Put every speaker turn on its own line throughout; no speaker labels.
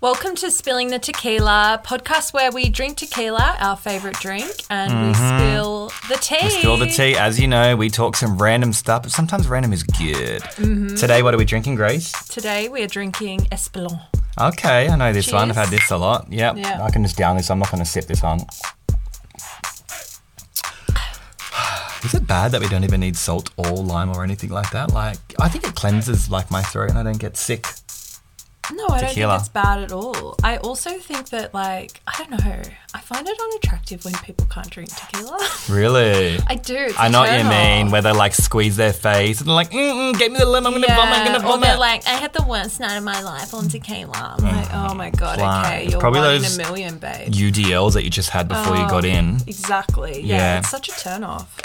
Welcome to Spilling the Tequila podcast, where we drink tequila, our favorite drink, and Mm-hmm. we spill the tea.
We spill the tea. As you know, we talk some random stuff, but sometimes random is good.
Mm-hmm.
Today, what are we drinking, Grace?
Today we are drinking Espelon.
Okay, I know this one. I've
Cheers.
had this a lot. Yep.
Yeah.
I can just down this. I'm not going to sip this one. Is it bad that we don't even need salt or lime or anything like that? Like, I think it cleanses like my throat, and I don't get sick.
No, I don't
Tequila.
think it's bad at all. I also think that, like, I don't know, I find it unattractive when people can't drink tequila.
Really.
I do. It's
I
a
know what you
turn
mean,
off.
where they like squeeze their face and they're like, mm-mm, get me the lemon, I'm gonna vomit, I'm gonna
or
vomit.
they're like, I had the worst night of my life on tequila. I'm like, oh my god,
Fly.
okay,
It's
you're
probably
one
those-
in a million, babe.
UDLs that you just had before you got
Oh,
in.
Exactly. Yeah,
Yeah.
it's such a turn off.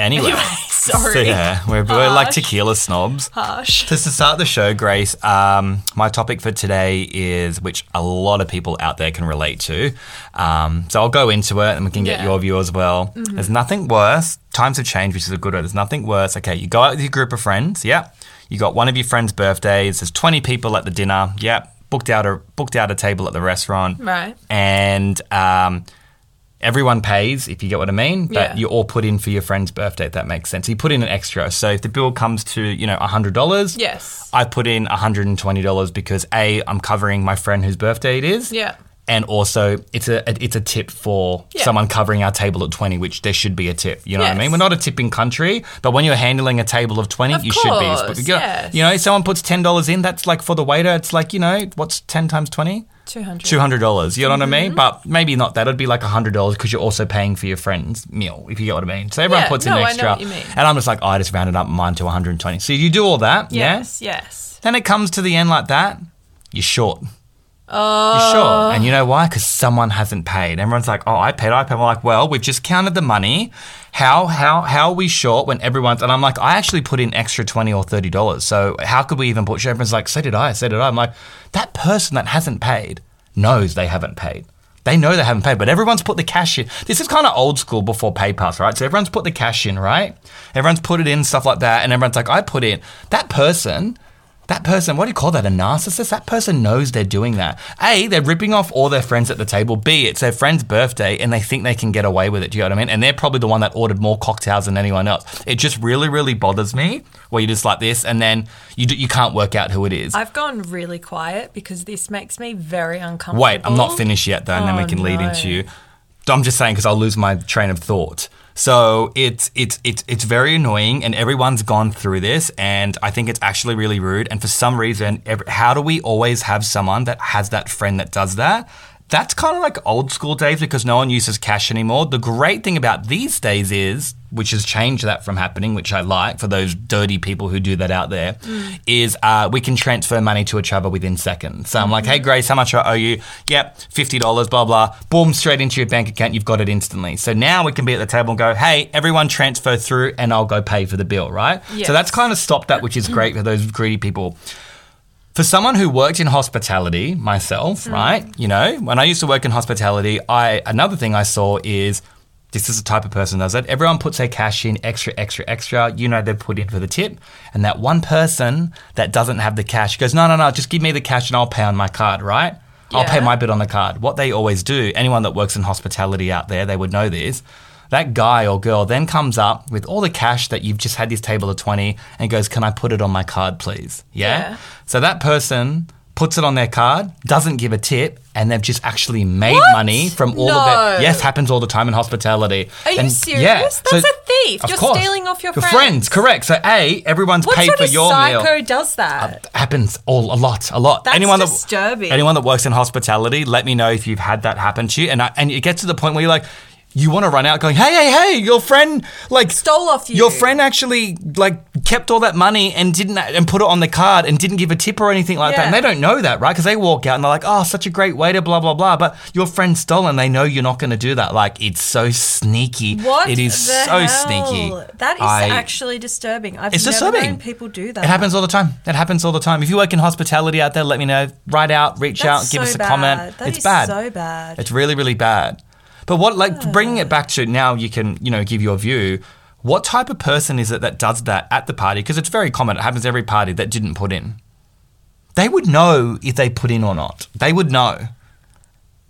Anyway,
Anyway, sorry.
So, yeah, we're, we're like
Harsh.
tequila snobs.
Harsh.
To start the show, Grace, um, my topic for today is which a lot of people out there can relate to. Um, so I'll go into it and we can get
Yeah. Mm-hmm.
your view as well. There's nothing worse. Times have changed, which is a good one. There's nothing worse. Okay, you go out with your group of friends. Yep. You got one of your friends' birthdays. There's 20 people at the dinner. Yep. Booked out a booked out a table at the restaurant.
Right.
And um, everyone pays, if you get what I mean, but
Yeah.
you all put in for your friend's birthday, if that makes sense. You put in an extra. So if the bill comes to, you know, $100,
Yes.
I put in $120 because A, I'm covering my friend whose birthday it is.
Yeah.
And also, it's a it's a tip for
Yeah.
someone covering our table at twenty, which there should be a tip. You know what I mean?
Yes.
We're not a tipping country, but when you're handling a table of twenty,
Of
you should be.
course,
you, know,
yes.
you know, someone puts ten dollars in. That's like for the waiter. It's like you know, what's ten times twenty?
Two hundred. Mm-hmm.
two hundred dollars. You know what I mean? But maybe not that. It'd be like hundred dollars because you're also paying for your friend's meal. If you get what I mean. So everyone
Yeah,
puts
no, I
in
know
extra.
what you mean.
And I'm just like, oh, I just rounded up mine to one hundred and twenty. So you do all that, yeah?
Yes. Yes.
Then it comes to the end like that. You're short. You're short. And you know why? Because someone hasn't paid. Everyone's like, oh, I paid, I paid. We're like, well, we've just counted the money. How how how are we short when everyone's and I'm like, I actually put in extra twenty or thirty dollars. So how could we even put everyone's like, so did I, so did I. I'm like, that person that hasn't paid knows they haven't paid. They know they haven't paid, but everyone's put the cash in. This is kind of old school before PayPass, right? So everyone's put the cash in, right? Everyone's put it in, stuff like that, and everyone's like, I put in. That person that person, what do you call that? A narcissist? That person knows they're doing that. A, they're ripping off all their friends at the table. B, it's their friend's birthday and they think they can get away with it. Do you know what I mean? And they're probably the one that ordered more cocktails than anyone else. It just really, really bothers me where you're just like this and then you, d- you can't work out who it is.
I've gone really quiet because this makes me very uncomfortable.
Wait, I'm not finished yet, though, and then we
Oh,
can lead
no.
into you. I'm just saying because I'll lose my train of thought. So it's it's it's it's very annoying, and everyone's gone through this, and I think it's actually really rude. And for some reason, ev how do we always have someone that has that friend that does that? That's kind of like old school days because no one uses cash anymore. The great thing about these days is, which has changed that from happening, which I like for those dirty people who do that out there, is uh, we can transfer money to each other within seconds. So I'm like, hey, Grace, how much I owe you? Yep, $50, blah, blah. Boom, straight into your bank account. You've got it instantly. So now we can be at the table and go, hey, everyone transfer through and I'll go pay for the bill, right?
Yes.
So that's kind of stopped that, which is great for those greedy people for someone who worked in hospitality myself, right? You know, when I used to work in hospitality, I another thing I saw is this is the type of person that does it. Everyone puts their cash in extra, extra, extra. You know, they put in for the tip. And that one person that doesn't have the cash goes, no, no, no, just give me the cash and I'll pay on my card, right? I'll pay
Yeah.
my bit on the card. What they always do, anyone that works in hospitality out there, they would know this. That guy or girl then comes up with all the cash that you've just had this table of 20 and goes, Can I put it on my card, please? Yeah.
Yeah.
So that person puts it on their card, doesn't give a tip, and they've just actually made money from all of that.
No.
Yes, happens all the time in hospitality.
Are you
And-
serious?
Yeah.
That's a thief.
of
You're
course.
stealing off your
friends.
friends.
Correct. So A, everyone's
What
paid
sort
for
of
your meal
psycho does that?
happens all a lot, a lot.
That's
anyone
disturbing.
That, anyone that works in hospitality, let me know if you've had that happen to you. And I, and it gets to the point where you're like, you want to run out, going, hey, hey, hey, your friend like
Stole off you.
Your friend actually like kept all that money and didn't and put it on the card and didn't give a tip or anything like that.
Yeah.
And they don't know that, right? Because they walk out and they're like, oh, such a great waiter, blah blah blah. But your friend stole, and they know you're not going to do that. Like it's so sneaky.
What?
It is
the
so
hell?
sneaky.
That is
I-
actually disturbing. I've
it's
never
disturbing.
known people do that.
It happens all the time. It happens all the time. If you work in hospitality out there, let me know. Write out, reach out,
That's
give
so
us a
bad.
comment.
That
it's
is
bad.
So bad.
It's really, really bad. But what, like, bringing it back to now, you can, you know, give your view. What type of person is it that does that at the party? Because it's very common. It happens every party that didn't put in. They would know if they put in or not. They would know.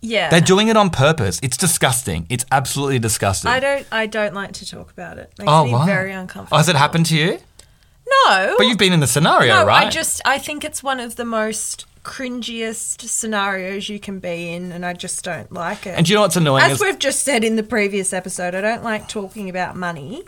Yeah.
They're doing it on purpose. It's disgusting. It's absolutely disgusting.
I don't. I don't like to talk about it. Makes
Oh,
me
why?
very uncomfortable.
Oh, has it happened to you?
No.
But you've been in the scenario,
no,
right?
I just. I think it's one of the most cringiest scenarios you can be in, and I just don't like it.
and do you know what's annoying?
As
is-
we've just said in the previous episode, I don't like talking about money,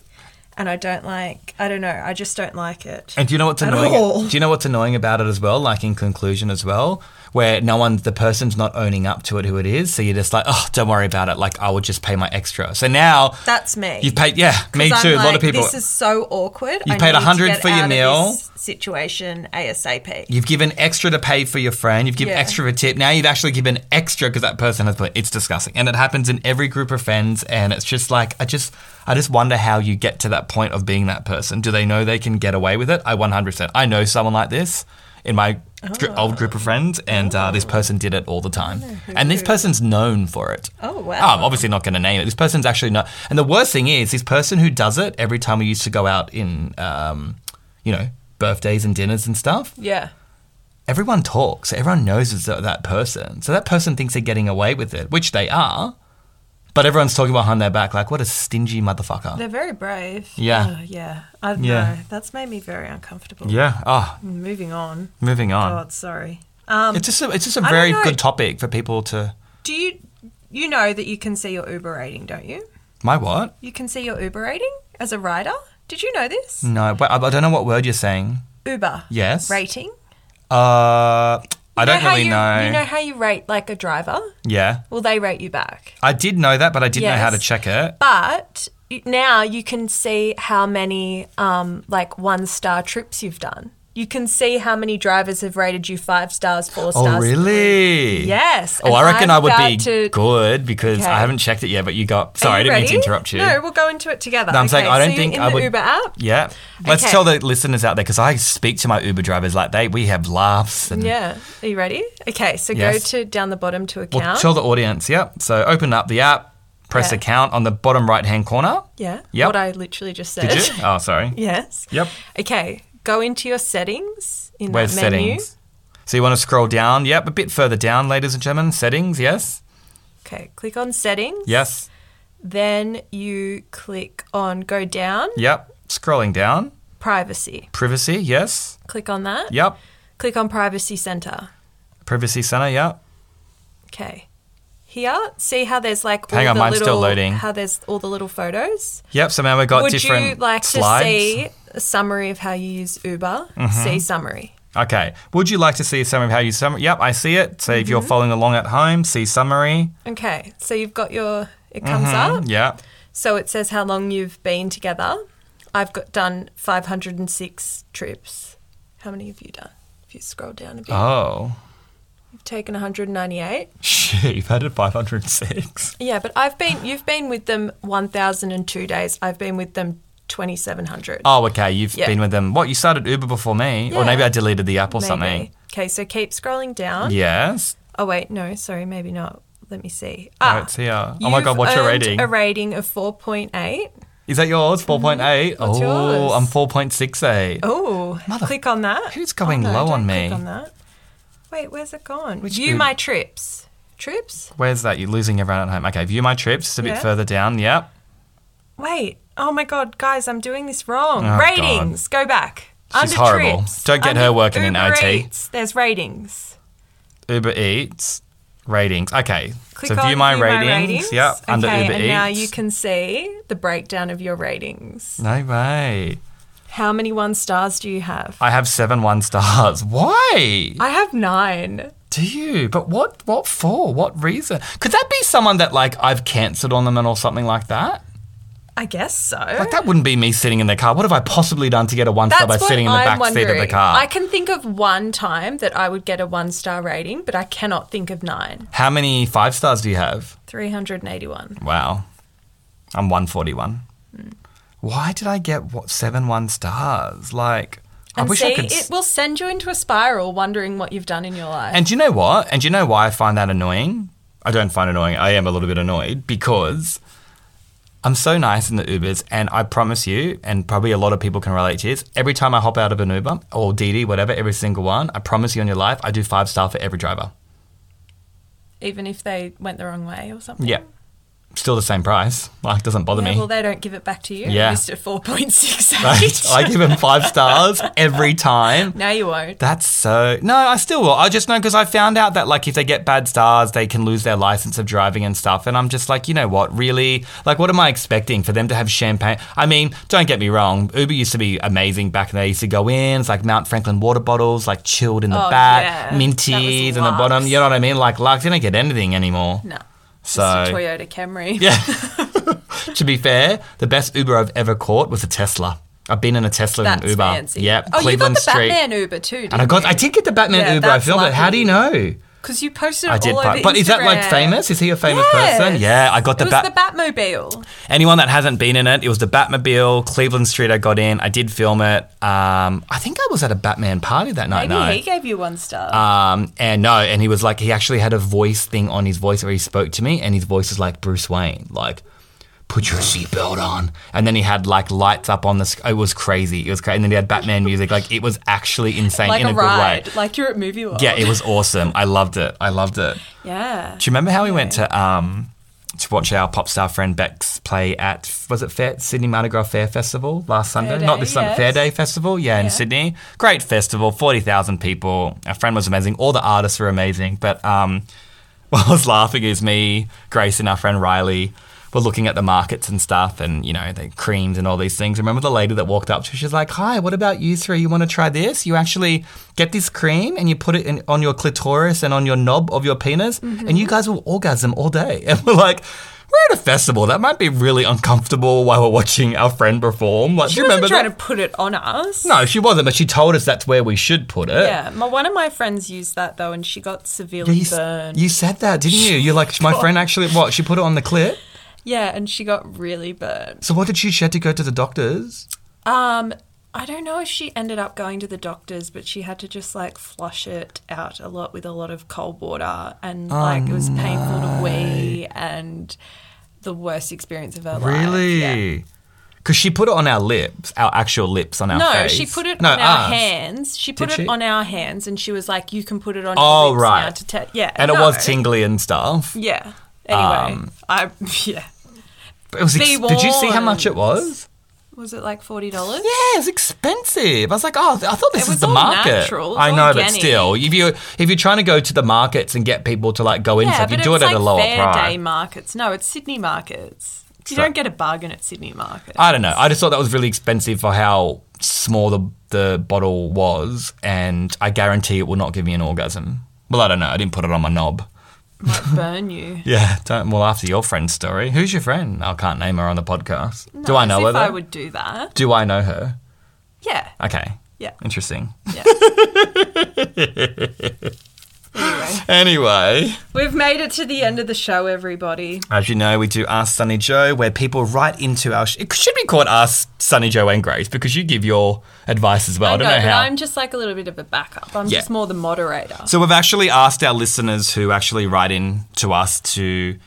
and I don't like. I don't know. I just don't like it.
And do you know what's
At
annoying?
all.
Do you know what's annoying about it as well? Like in conclusion as well, where no one, the person's not owning up to it who it is. So you're just like, oh, don't worry about it. Like I will just pay my extra. So now
That's me.
you've paid. Yeah, me too.
'Cause I'm
a lot of
like,
people.
This is so awkward.
You
I
paid
need to
100
get
for your
out of
meal.
this Situation ASAP.
You've given extra to pay for your friend. You've given
Yeah.
extra of a tip. Now you've actually given extra because that person has put. It's disgusting, and it happens in every group of friends. And it's just like I just, I just wonder how you get to that point of being that person. Do they know they can get away with it? I 100%. I know someone like this in my gr-
Oh.
old group of friends, and uh, this person did it all the time. And this person's known for it.
Oh, wow.
I'm obviously not going to name it. This person's actually not. And the worst thing is, this person who does it every time we used to go out in, um, you know, birthdays and dinners and stuff
Yeah.
everyone talks. Everyone knows it's that, that person. So that person thinks they're getting away with it, which they are. But everyone's talking behind their back, like, what a stingy motherfucker.
They're very brave.
Yeah.
Oh, yeah. I don't
Yeah.
know. That's made me very uncomfortable.
yeah. Oh,
Moving on.
moving on.
God, sorry. Um,
It's just a, it's just a
I don't
very
know.
good topic for people to.
do you you know that you can see your Uber rating, don't you?
My what?
You can see your Uber rating as a rider. Did you know this?
No, but I, I don't know what word you're saying.
Uber
Mm. Yes.
rating.
Uh, I
You
don't
how
really
you,
know.
You know how you rate like a driver?
Yeah,
Well, they rate you back.
I did know that, but I didn't know how to
Yes.
check it.
But y- now you can see how many um, like one star trips you've done. You can see how many drivers have rated you five stars, four
Oh,
stars.
really?
Yes.
Oh, I
and
reckon i
I've
would
got
be
to-
good because
Okay.
I haven't checked it yet. But you got.
Are
Sorry, I
you
didn't mean to
ready?
interrupt you.
No, we'll go into it together.
No, I'm saying
Okay,
I don't
so
think
in
I
the
would-
Uber app.
Yeah. Let's
Okay.
tell the listeners out there because I speak to my Uber drivers like they we have laughs and
Yeah. Are you ready? Okay, so
Yes.
go to down the bottom to account.
well, tell the audience. Yep. So open up the app, press
Yeah.
account on the bottom right hand corner.
yeah.
Yep.
What I literally just said.
Did you? Oh, sorry.
yes.
Yep.
Okay. Go into your settings in
Where's
that menu.
settings? So you want to scroll down? Yep, a bit further down, ladies and gentlemen. Settings. Yes.
Okay. Click on settings.
Yes.
Then you click on go down
Yep. Scrolling down.
privacy.
Privacy. Yes.
Click on that.
Yep.
Click on privacy center.
Privacy center. Yep.
Okay. Here, see how there's like all
Hang on,
the
mine's
little
still loading.
how there's all the little photos.
Yep. So now we've got
Would
different
you like
slides. Mm-hmm.
to see a summary of how you use Uber? See summary.
Okay. Would you like to see a summary of how you summary? Yep, I see it. So if
Mm-hmm.
you're following along at home, see summary.
Okay, so you've got your it comes up.
Mm-hmm. Yeah.
So it says how long you've been together. I've got done 506 trips. How many have you done? If you scroll down a bit,
Oh.
you've taken 198.
Shit, you've added 506.
Yeah, but I've been you've been with them 1002 days. I've been with them 2700.
Oh, okay. You've
Yeah.
been with them. What? You started Uber before me? Or
Yeah.
maybe I deleted the app or
maybe.
something.
Okay, so keep scrolling down.
Yes.
Oh wait, no, sorry, maybe not. Let me see. Ah,
Oh, it's here. Oh my
you've
God, what's your
earned
rating?
A rating of 4.8.
Is that yours? 4.8?
Mm-hmm. What's
oh,
yours?
I'm 4.68.
Oh,
Mother-
click on that.
Who's going
Oh, no,
low
don't
on
click
me?
on that. Wait, where's it gone?
Which
View
Uber?
my trips. Trips?
Where's that? You're losing everyone at home. Okay, view my trips. It's a bit
Yeah.
further down. Yep.
Wait. Oh my god, guys, I'm doing this wrong.
Oh,
ratings. Go back.
She's
Under
horrible.
trips.
Don't get
Under
her working in
Uber
IT.
Eats, there's ratings.
Uber Eats. Ratings. Okay.
Click
so
on
view my ratings. Yep.
Okay,
Under Uber
and
Eats.
now you can see the breakdown of your ratings.
No way.
How many one stars do you have?
I have seven one stars. Why
I have nine.
do you? But what? What for? What reason? Could that be someone that like I've cancelled on them and or something like that?
I guess so.
Like that wouldn't be me sitting in the car. What have I possibly done to get a one
That's
star by
what
sitting in the
I'm
back
wondering.
seat of the car?
I can think of one time that I would get a one star rating, but I cannot think of nine.
How many five stars do you have?
381.
Wow, I'm one forty one.
Hmm.
Why did I get what seven one stars? Like I
And
wish
see,
I could. s-
it will send you into a spiral wondering what you've done in your life.
And do you know what? And do you know why I find that annoying? I don't find it annoying. I am a little bit annoyed because I'm so nice in the Ubers, and I promise you, and probably a lot of people can relate to this. Every time I hop out of an Uber or DD, whatever, every single one, I promise you on your life, I do five star for every driver.
even if they went the wrong way or something.
Yeah, still the same price. Like doesn't bother
Yeah,
me.
well, they don't give it back to you.
Yeah.
Mr. 4.68.
Right? I give them five stars every time.
no, you won't.
That's so. No, I still will. I just know because I found out that like if they get bad stars, they can lose their license of driving and stuff. And I'm just like, you know what? Really? Like, what am I expecting for them to have champagne? I mean, don't get me wrong. Uber used to be amazing back in the day. Used to go in, it's like Mount Franklin water bottles, like chilled in the
Oh,
back,
yeah.
minties
That was
in the bottom.
luxe.
You know what I mean? Like, Lux, you don't get anything anymore.
No.
So
It's a Toyota Camry.
yeah. to be fair, the best Uber I've ever caught was a Tesla. I've been in a Tesla and
That's
an Uber.
fancy.
Yep,
Oh,
Cleveland
you got the
Street.
Batman Uber too,
And I got, I did get the Batman
Yeah,
Uber. I
that's
feel, but how do you know?
Because you posted it
I did,
all over
but, but is that like
Instagram.
famous? Is he a famous
Yes.
person? Yeah, I got the
It
Bat.
was the Batmobile.
Anyone that hasn't been in it, it was the Batmobile, Cleveland Street. I got in. I did film it. Um, I think I was at a Batman party that night.
Maybe
no.
he gave you one star.
Um, and no, and he was like, he actually had a voice thing on his voice where he spoke to me, and his voice was like Bruce Wayne, like, put your seatbelt on. And then he had like lights up on the sc- It was crazy. It was crazy. And then he had Batman music. Like, it was actually insane
like
in a,
a
good way.
ride. Like you're at Movie World.
Yeah, it was awesome. I loved it. I loved it.
Yeah.
Do you remember how we went to um to watch our pop star friend Beck's play at was it Fair, Sydney Mardi Gras Fair Festival last Sunday?
Day,
Not this Sunday,
yes.
Fair Day Festival, yeah, in
Yeah.
Sydney. Great festival, forty thousand people. Our friend was amazing. All the artists were amazing. But um, what I was laughing is me, Grace, and our friend Riley. were looking at the markets and stuff, and you know the creams and all these things. Remember the lady that walked up to? us? She's like, "Hi, what about you three? You want to try this? You actually get this cream and you put it in, on your clitoris and on your knob of your penis, and you guys will orgasm all day." And we're like, "We're at a festival. That might be really uncomfortable while we're watching our friend perform." Like, do
She
you remember
wasn't trying
that?
to put it on us.
no, she wasn't, but she told us that's where we should put it.
Yeah. My, one of my friends used that though, and she got severely
You, s-
burned.
you said that, didn't you? You're like, my friend actually, what? She put it on the clip.
yeah, and she got really burned.
So, what did she? She had to go to the doctors.
Um, I don't know if she ended up going to the doctors, but she had to just like flush it out a lot with a lot of cold water, and
Oh,
like it was painful to wee, and the worst experience of her life. Uh, Yeah.
Really? Because she put it on our lips, our actual lips on our
No,
face.
she put it
No,
on our
ours.
hands. She put
Did
it
she?
on our hands, and she was like, "You can put it on."
Oh,
your lips
right.
Now to te- yeah,
And it
no.
was Um, tingly and stuff.
Yeah. Anyway, I yeah.
But It was ex-
Be
did you see how much it was?
Was it like forty dollars?
Yeah, it was expensive. I was like, oh, I thought this
It
is
was
the
all
market.
natural, it was
I know, but
organic.
still, if you if you're trying to go to the markets and get people to like go in, and stuff, you do it
it's
at a
like
lower
fair
price.
day markets. No, it's Sydney markets. You
So-
don't get a bargain at Sydney markets.
I don't know. I just thought that was really expensive for how small the the bottle was, and I guarantee it will not give me an orgasm. Well, I don't know. I didn't put it on my knob.
might burn you.
Yeah, don't. Well, after your friend's story, who's your friend? I can't name her on the podcast. do I
As
know her?
If I
though?
would do that.
Do I know her?
Yeah.
Okay,
Yeah.
interesting.
Anyway,
Anyway,
we've made it to the end of the show, everybody.
as you know, we do Ask Sunny Joe, where people write into our. Sh- it should be called Ask Sunny Joe and Grace because you give your advice as well. I, don't know,
but
how.
I'm just like a little bit of a backup. I'm
Yeah.
just more the moderator.
So we've actually asked our listeners who actually write in to us to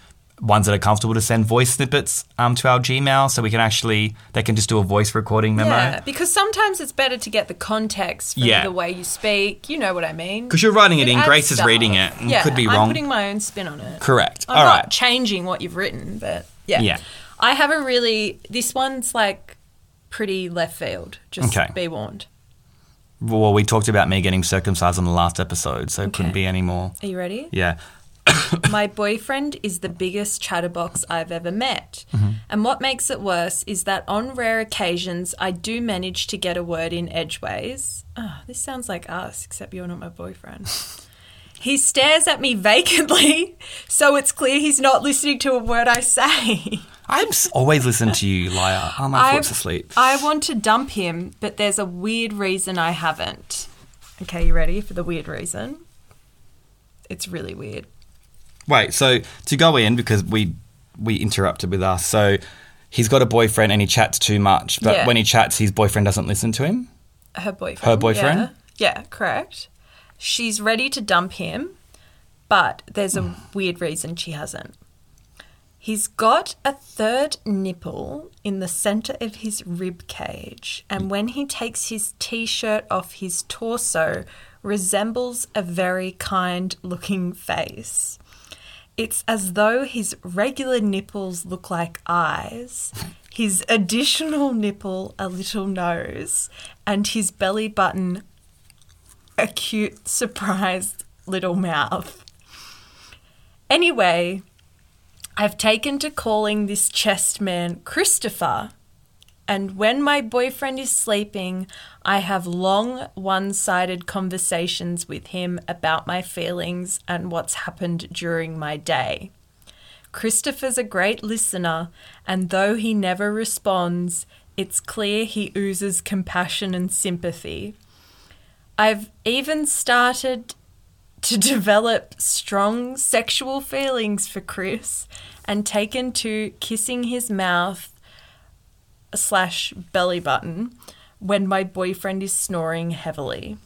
ones that are comfortable to send voice snippets um, to our Gmail, so we can actually they can just do a voice recording memo.
Yeah, because sometimes it's better to get the context from
Yeah.
the way you speak. You know what I mean?
Because you're writing it in,
adds
Grace is
stuff.
reading it, and
Yeah,
could be
I'm
wrong.
putting my own spin on it.
Correct.
I'm
All
not
right.
changing what you've written, but yeah.
Yeah.
I haven't really. This one's like pretty left field. Just
Okay.
be warned.
Well, we talked about me getting circumcised on the last episode, so it couldn't
Okay.
be any more.
Are you ready?
Yeah.
My boyfriend is the biggest chatterbox I've ever met.
Mm-hmm.
And what makes it worse is that on rare occasions, I do manage to get a word in edgeways. Oh, this sounds like us, except you're not my boyfriend. he stares at me vacantly, so it's clear he's not listening to a word I say.
I'm s- always listening to you, liar. Oh, my foot's asleep.
I want to dump him, but there's a weird reason I haven't. Okay, you ready for the weird reason? It's really weird.
Wait, so to go in, because we we interrupted with us, so he's got a boyfriend and he chats too much, but
Yeah.
when he chats, his boyfriend doesn't listen to him?
her boyfriend.
Her boyfriend?
Yeah, yeah correct. She's
Hmm.
ready to dump him, but there's a weird reason she hasn't. He's got a third nipple in the center of his rib cage, and when he takes his t-shirt off, his torso resembles a very kind-looking face. It's as though his regular nipples look like eyes, his additional nipple a little nose, and his belly button a cute, surprised little mouth. Anyway, I've taken to calling this chest man Christopher, and when my boyfriend is sleeping, I have long, one sided conversations with him about my feelings and what's happened during my day. Christopher's a great listener, and though he never responds, it's clear he oozes compassion and sympathy. I've even started to develop strong sexual feelings for Chris and taken to kissing his mouth slash belly button when my boyfriend is snoring heavily.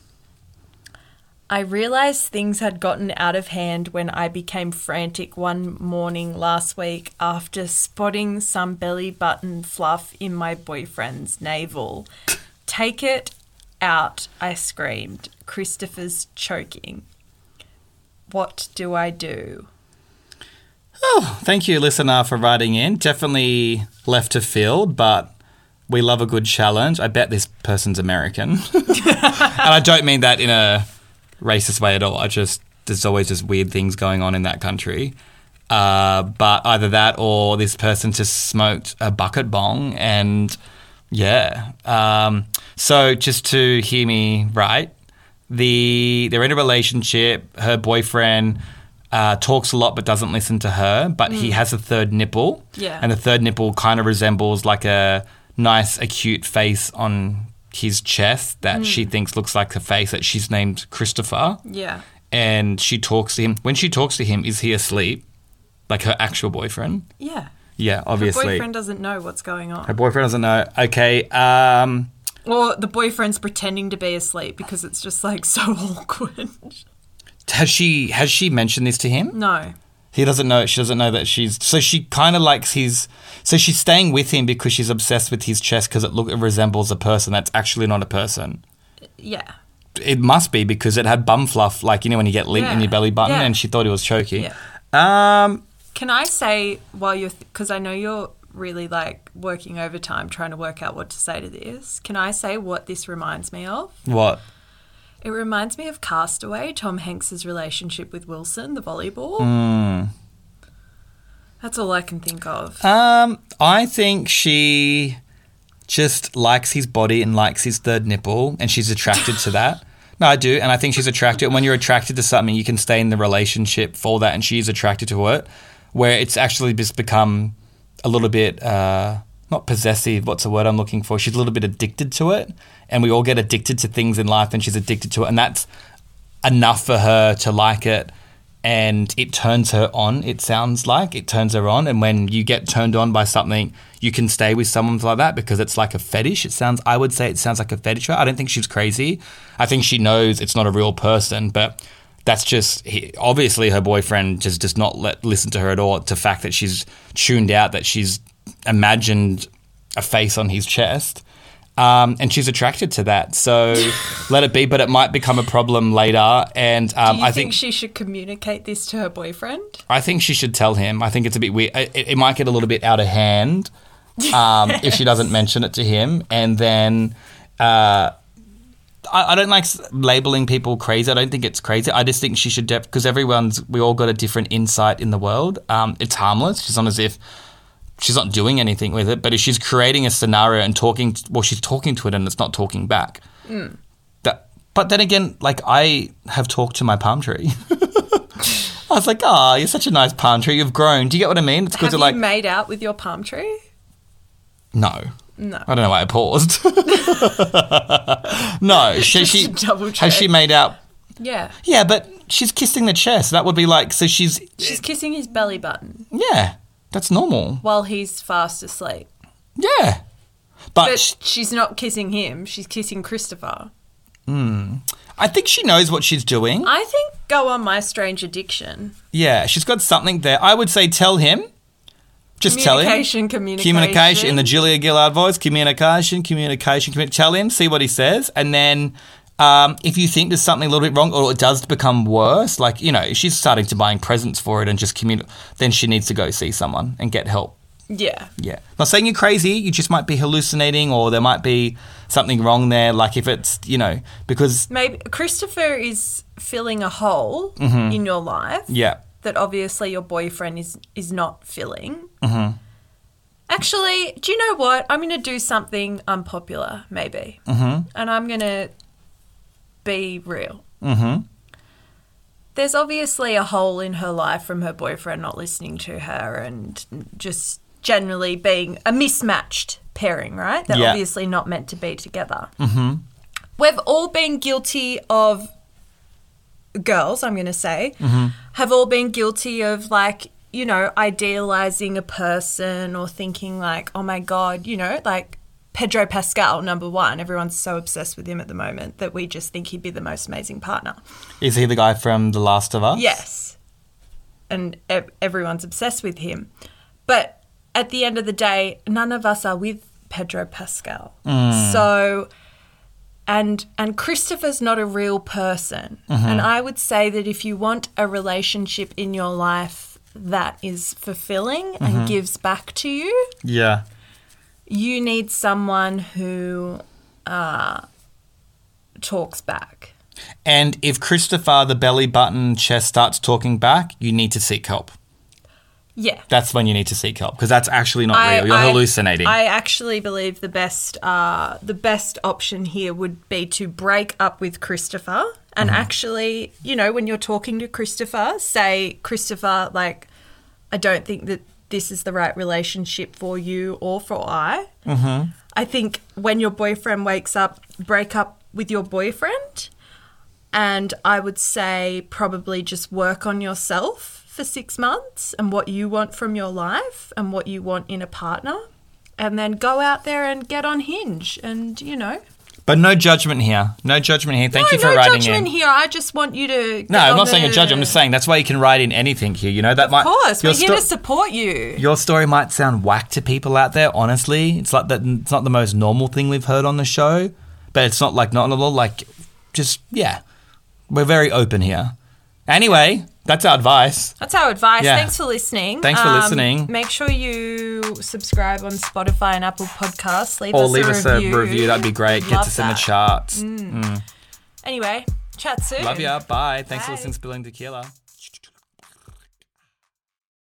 I realized things had gotten out of hand when I became frantic one morning last week after spotting some belly button fluff in my boyfriend's navel. Take it out, I screamed. Christopher's choking. What do I do?
Oh, thank you, listener, for writing in. Definitely left to field, but we love a good challenge. I bet this person's American. and I don't mean that in a racist way at all. I just, there's always just weird things going on in that country. Uh, but either that or this person just smoked a bucket bong and yeah. Um, so just to hear me right, the they're in a relationship. Her boyfriend uh, talks a lot but doesn't listen to her. But he has a third nipple.
Yeah.
And the third nipple kind of resembles like a nice acute face on his chest that she thinks looks like the face that she's named Christopher.
Mm. Yeah.
And she talks to him. When she talks to him, is he asleep? Like her actual boyfriend?
Yeah.
Yeah,
The
obviously.
boyfriend doesn't know what's going on.
her boyfriend doesn't know. Okay. Um,
Or the boyfriend's pretending to be asleep because it's just like so awkward.
Has she has she mentioned this to him?
no.
He doesn't know. She doesn't know that she's. So she kind of likes his. So she's staying with him because she's obsessed with his chest because it look it resembles a person that's actually not a person.
Yeah.
It must be because it had bum fluff, like you know when you get lint in
Yeah.
your belly button,
Yeah.
and she thought he was choky.
Yeah.
Um.
Can I say while you're, because I know you're really like working overtime trying to work out what to say to this, can I say what this reminds me of?
What?
It reminds me of Castaway, Tom Hanks's relationship with Wilson, the volleyball. That's all I can think of.
Hmm. Um. I think she just likes his body and likes his third nipple, and she's attracted to that. No, I do, and I think she's attracted. And when you're attracted to something, you can stay in the relationship for that, and she is attracted to it, where it's actually just become a little bit uh, not possessive. What's the word I'm looking for? She's a little bit addicted to it, and we all get addicted to things in life, and she's addicted to it, and that's enough for her to like it. And it turns her on, it sounds like. It turns her on. And when you get turned on by something, you can stay with someone like that because it's like a fetish. It sounds, I would say it sounds like a fetish. I don't think she's crazy. I think she knows it's not a real person, but that's just, he, obviously, her boyfriend just does not let, listen to her at all. To the fact that she's tuned out, that she's imagined a face on his chest um, and she's attracted to that. So let it be, but it might become a problem later. And
Do
um,
you
I
think,
think,
she should communicate this to her boyfriend?
I think she should tell him. I think it's a bit weird. It, it might get a little bit out of hand um, if she doesn't mention it to him, and then. Uh, I I don't like labeling people crazy. I don't think it's crazy. I just think she should, because everyone's, we all got a different insight in the world. Um, it's harmless. She's not as if she's not doing anything with it, but if she's creating a scenario and talking, well, she's talking to it and it's not talking back. That, but then again, like I have talked to my palm tree. I was like, ah, you're such a nice palm tree. You've grown. Do you get what I mean? It's good
Have
to
you
like,
made out with your palm tree?
no.
No.
I don't know why I paused. no, she,
Just
she
to double check.
has she made out?
Yeah.
Yeah, but she's kissing the chest. That would be like so. She's
She's kissing his belly button
yeah, that's normal.
while he's fast asleep.
Yeah, but,
But
Oh, sh
she's not kissing him, she's kissing Christopher.
I think she knows what she's doing.
I think go on my strange addiction.
Yeah, she's got something there. I would say tell him, Just tell him.
Communication, communication.
Communication in the Julia Gillard voice. Communication, communication, commu- Tell him, see what he says, and then um, if you think there's something a little bit wrong, or it does become worse, like you know, if she's starting to buying presents for it and just communicate, then she needs to go see someone and get help.
Yeah.
Yeah, not saying you're crazy. You just might be hallucinating, or there might be something wrong there. Like if it's you know because
Maybe Christopher is filling a hole
Mm-hmm.
in your life
yeah.
that obviously your boyfriend is is not filling. Actually, do you know what? I'm going to do something unpopular, maybe, mm-hmm. and I'm going to be real. Mm-hmm. There's obviously a hole in her life from her boyfriend not listening to her and just generally being a mismatched pairing, right? They're
Yeah.
obviously not meant to be together. Mm-hmm. We've all been guilty of girls, I'm going to say, have all been guilty of like, you know, idealizing a person or thinking like, oh my God, you know, like Pedro Pascal, number one. Everyone's so obsessed with him at the moment that we just think he'd be the most amazing partner.
Is he the guy from The Last of Us?
Yes. And ev- everyone's obsessed with him. But at the end of the day, none of us are with Pedro Pascal. Mm. So and and Christopher's not a real person. And I would say that if you want a relationship in your life that is fulfilling and gives back to you,
Yeah.
you need someone who uh, talks back.
And if Christopher, the belly button chest, starts talking back, you need to seek help.
Yeah.
That's when you need to seek help because that's actually not
I-
real. You're
I-
hallucinating.
I actually believe the best uh, the best option here would be to break up with Christopher and
Mm-hmm.
actually, you know, when you're talking to Christopher, say Christopher, like, I don't think that this is the right relationship for you or for I. Mm-hmm. I think when your boyfriend wakes up, break up with your boyfriend. And I would say probably just work on yourself for six months and what you want from your life and what you want in a partner. And then go out there and get on Hinge and, you know.
but no judgment here. No judgment here.
No,
Thank you for
no
writing
judgment
in.
here. I just want you to.
No, I'm not saying a judge. I'm just saying that's why you can write in anything here. You know that might.
Of course, we're
your
here
sto-
to support you.
Your story might sound whack to people out there, honestly. It's like that it's not the most normal thing we've heard on the show, but it's not like not normal, like just yeah. We're very open here. Anyway, that's our advice.
That's our advice.
Yeah.
Thanks for listening. Um,
Thanks for listening.
Make sure you subscribe on Spotify and Apple Podcasts. Leave
Or
us
leave
a
us
review.
a review, that'd be great. Get
Love
us in the
that. Mm.
charts.
Anyway, chat soon.
Love ya. Bye. Thanks for
Bye.
listening, Spilling Tequila.